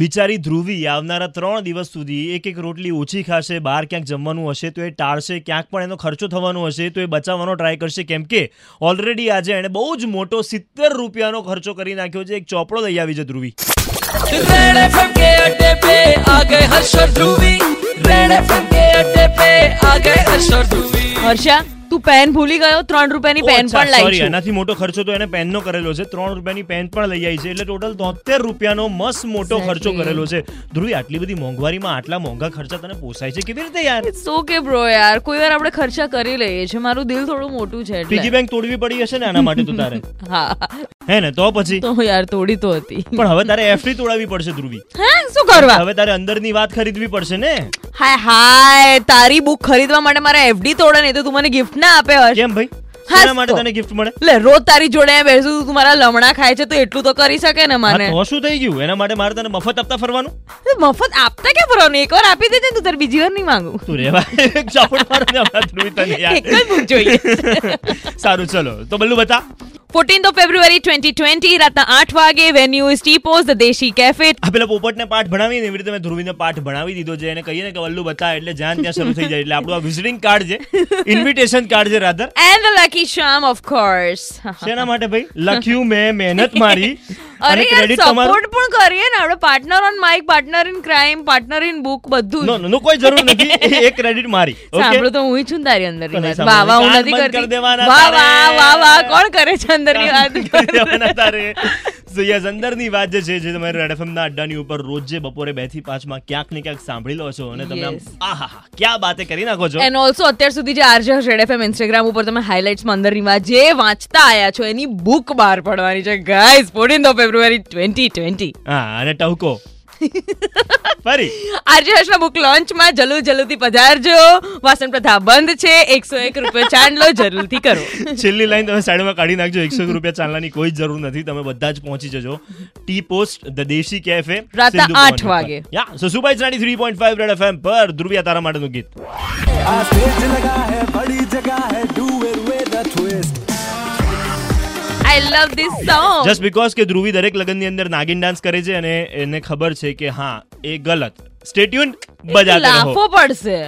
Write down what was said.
બિચારી ધ્રુવી આવનારા ત્રણ દિવસ સુધી એક એક રોટલી ઓછી ખાશે બહાર ક્યાંક જમવાનું હશે તો એ ટાળશે ક્યાંક પણ એનો ખર્ચો થવાનો હશે તો એ બચાવવાનો ટ્રાય કરશે કેમ કે ઓલરેડી આજે એણે બહુ જ મોટો સિત્તેર રૂપિયાનો ખર્ચો કરી નાખ્યો છે એક ચોપડો લઈ આવી છે ધ્રુવી रेड एफएम के अड्डे पे आ गए हर्ष और ध्रुवी रेड एफएम के अड्डे पे आ गए हर्ष और ध्रुवी હર્ષા તું પેન ભૂલી ગયો ત્રણ રૂપિયાની પેન ઓછા, પણ લાવી sorry, છું એનાથી મોટો ખર્ચો તો એને પેનનો કરેલો છે ત્રણ રૂપિયાની પેન પણ લઈ આવી છે એટલે ટોટલ તોતેર રૂપિયાનો મસ્ત મોટો ખર્ચો Exactly. કરેલો છે ધ્રુવી આટલી બધી મોંઘવારીમાં આટલા મોંઘા ખર્ચા તને પોસાય છે કેવી રીતે યાર ઓકે બ્રો યાર કોઈ વાર આપણે ખર્ચા કરી લઈએ છીએ મારું દિલ થોડું મોટું છે એટલે પીગી બેંક તોડવી પડી હશે ને આના માટે તો તારે હા હે ને તો પછી તો યાર તોડી તો હતી પણ હવે તારે એફડી તોડાવી પડશે ધ્રુવી હા શું કરવા હવે તારે અંદરની વાત ખરીદવી પડશે ને હાય હાય તારી બુક ખરીદવા માટે મારે એફડી તોડે નહીં તો તું મને ગિફ્ટ ના આપે હર્ષ કેમ ભાઈ હા, શેના માટે તો. તને ગિફ્ટ મળે લે રોજ તારી જોડે અહીંયા બેસું તું મારા લમણા ખાય છે તો એટલું તો કરી શકે ને હા, મને તો શું થઈ ગયું એના માટે મારે તને મફત આપતા ફરવાનું મફત આપતા કે ફરો ને એક વાર આપી દેજે ને તું તારી બીજી વાર નહીં માંગુ તું રહેવા એક ચાપડ મારો ને હમણાં ધ્રુવી તને એક જ યાર બુક જોઈએ સારું ચલો તો બલ્લુ બતા fourteenth of February twenty twenty રાતના આઠ વાગે venue is Teapoz the desi cafe આ પેલા પોપટને પાઠ ભણાવી ને એવી રીતે મેં ધ્રુવીને પાઠ ભણાવી દીધો છે એને કહીએ ને કે વલ્લુ બતા એટલે જ્યાં ને ત્યાં શરૂ થઈ જાય એટલે આપણું આ વિઝિટિંગ કાર્ડ છે ઇન્વિટેશન કાર્ડ છે રાધર એન્ડ ધ લકી શામ ઓફ કોર્સ શેના માટે ભાઈ લખ્યું મેં મહેનત મારી અરે અને યાર ક્રેડિટ તમારું સપોર્ટ પણ કરીએ ને આપણે partner on mic partner in crime partner in book બધું નો જ. નો, નો કોઈ જરૂર નથી એ- એ ક્રેડિટ મારી ઓકે સાંભળો તો હું ઈ છું ને તારી અંદરની તો નહીં વાત. વાહ વાહ હું સાંભળો. નથી કાન બંધ કરી કરતી દેવાના વાહ તારે. વાહ વાહ વાહ કોણ કરે છે અંદરની વાત દેવાના તારે So yes, અંદરની વાત જે છે જે તમે રેડ FM ના અડ્ડાની ઉપર રોજ જે બપોરે બે થી પાંચ માં ક્યાંક ને ક્યાંક સાંભળી લો છો અને તમે આમ Yes. આહાહા, ક્યાં બાતે કરી નાખો છો એન્ડ ઓલ્સો અત્યાર સુધી જે આરજે રેડ એફએમ ઇન્સ્ટાગ્રામ ઉપર તમે હાઇલાઇટ્સમાં અંદરની વાત જે વાંચતા આયા છો એની બુક બહાર પડવાની છે guys fourteenth of February twenty twenty હા અને ટહુકો ફરી આરજે હર્ષના બુક લોન્ચમાં જલુ જલુથી પધારજો વાસણ પ્રથા બંધ છે એકસો એક રૂપિયા ચાંદલો જરૂરથી કરો છેલ્લી લાઈન તમે સાઈડમાં કાઢી નાખજો એકસો રૂપિયા ચાલવાની કોઈ જ જરૂર નથી તમે બધા જ પહોંચી જજો tea post the desi cafe રાતના આઠ વાગે. યા સો સુભાઈ three point five red FM પર ધ્રુવિયા તારા માટેનું ગીત આ સ્ટેજ લગા હે બડી જગા હે do it with a twist I love this song just because કે ધ્રુવી દરેક લગ્નની અંદર નાગિન ડાન્સ કરે છે અને એને ખબર છે કે હા એ ગલત સ્ટેટ્યુન બજાતે રહો લાફો પડશે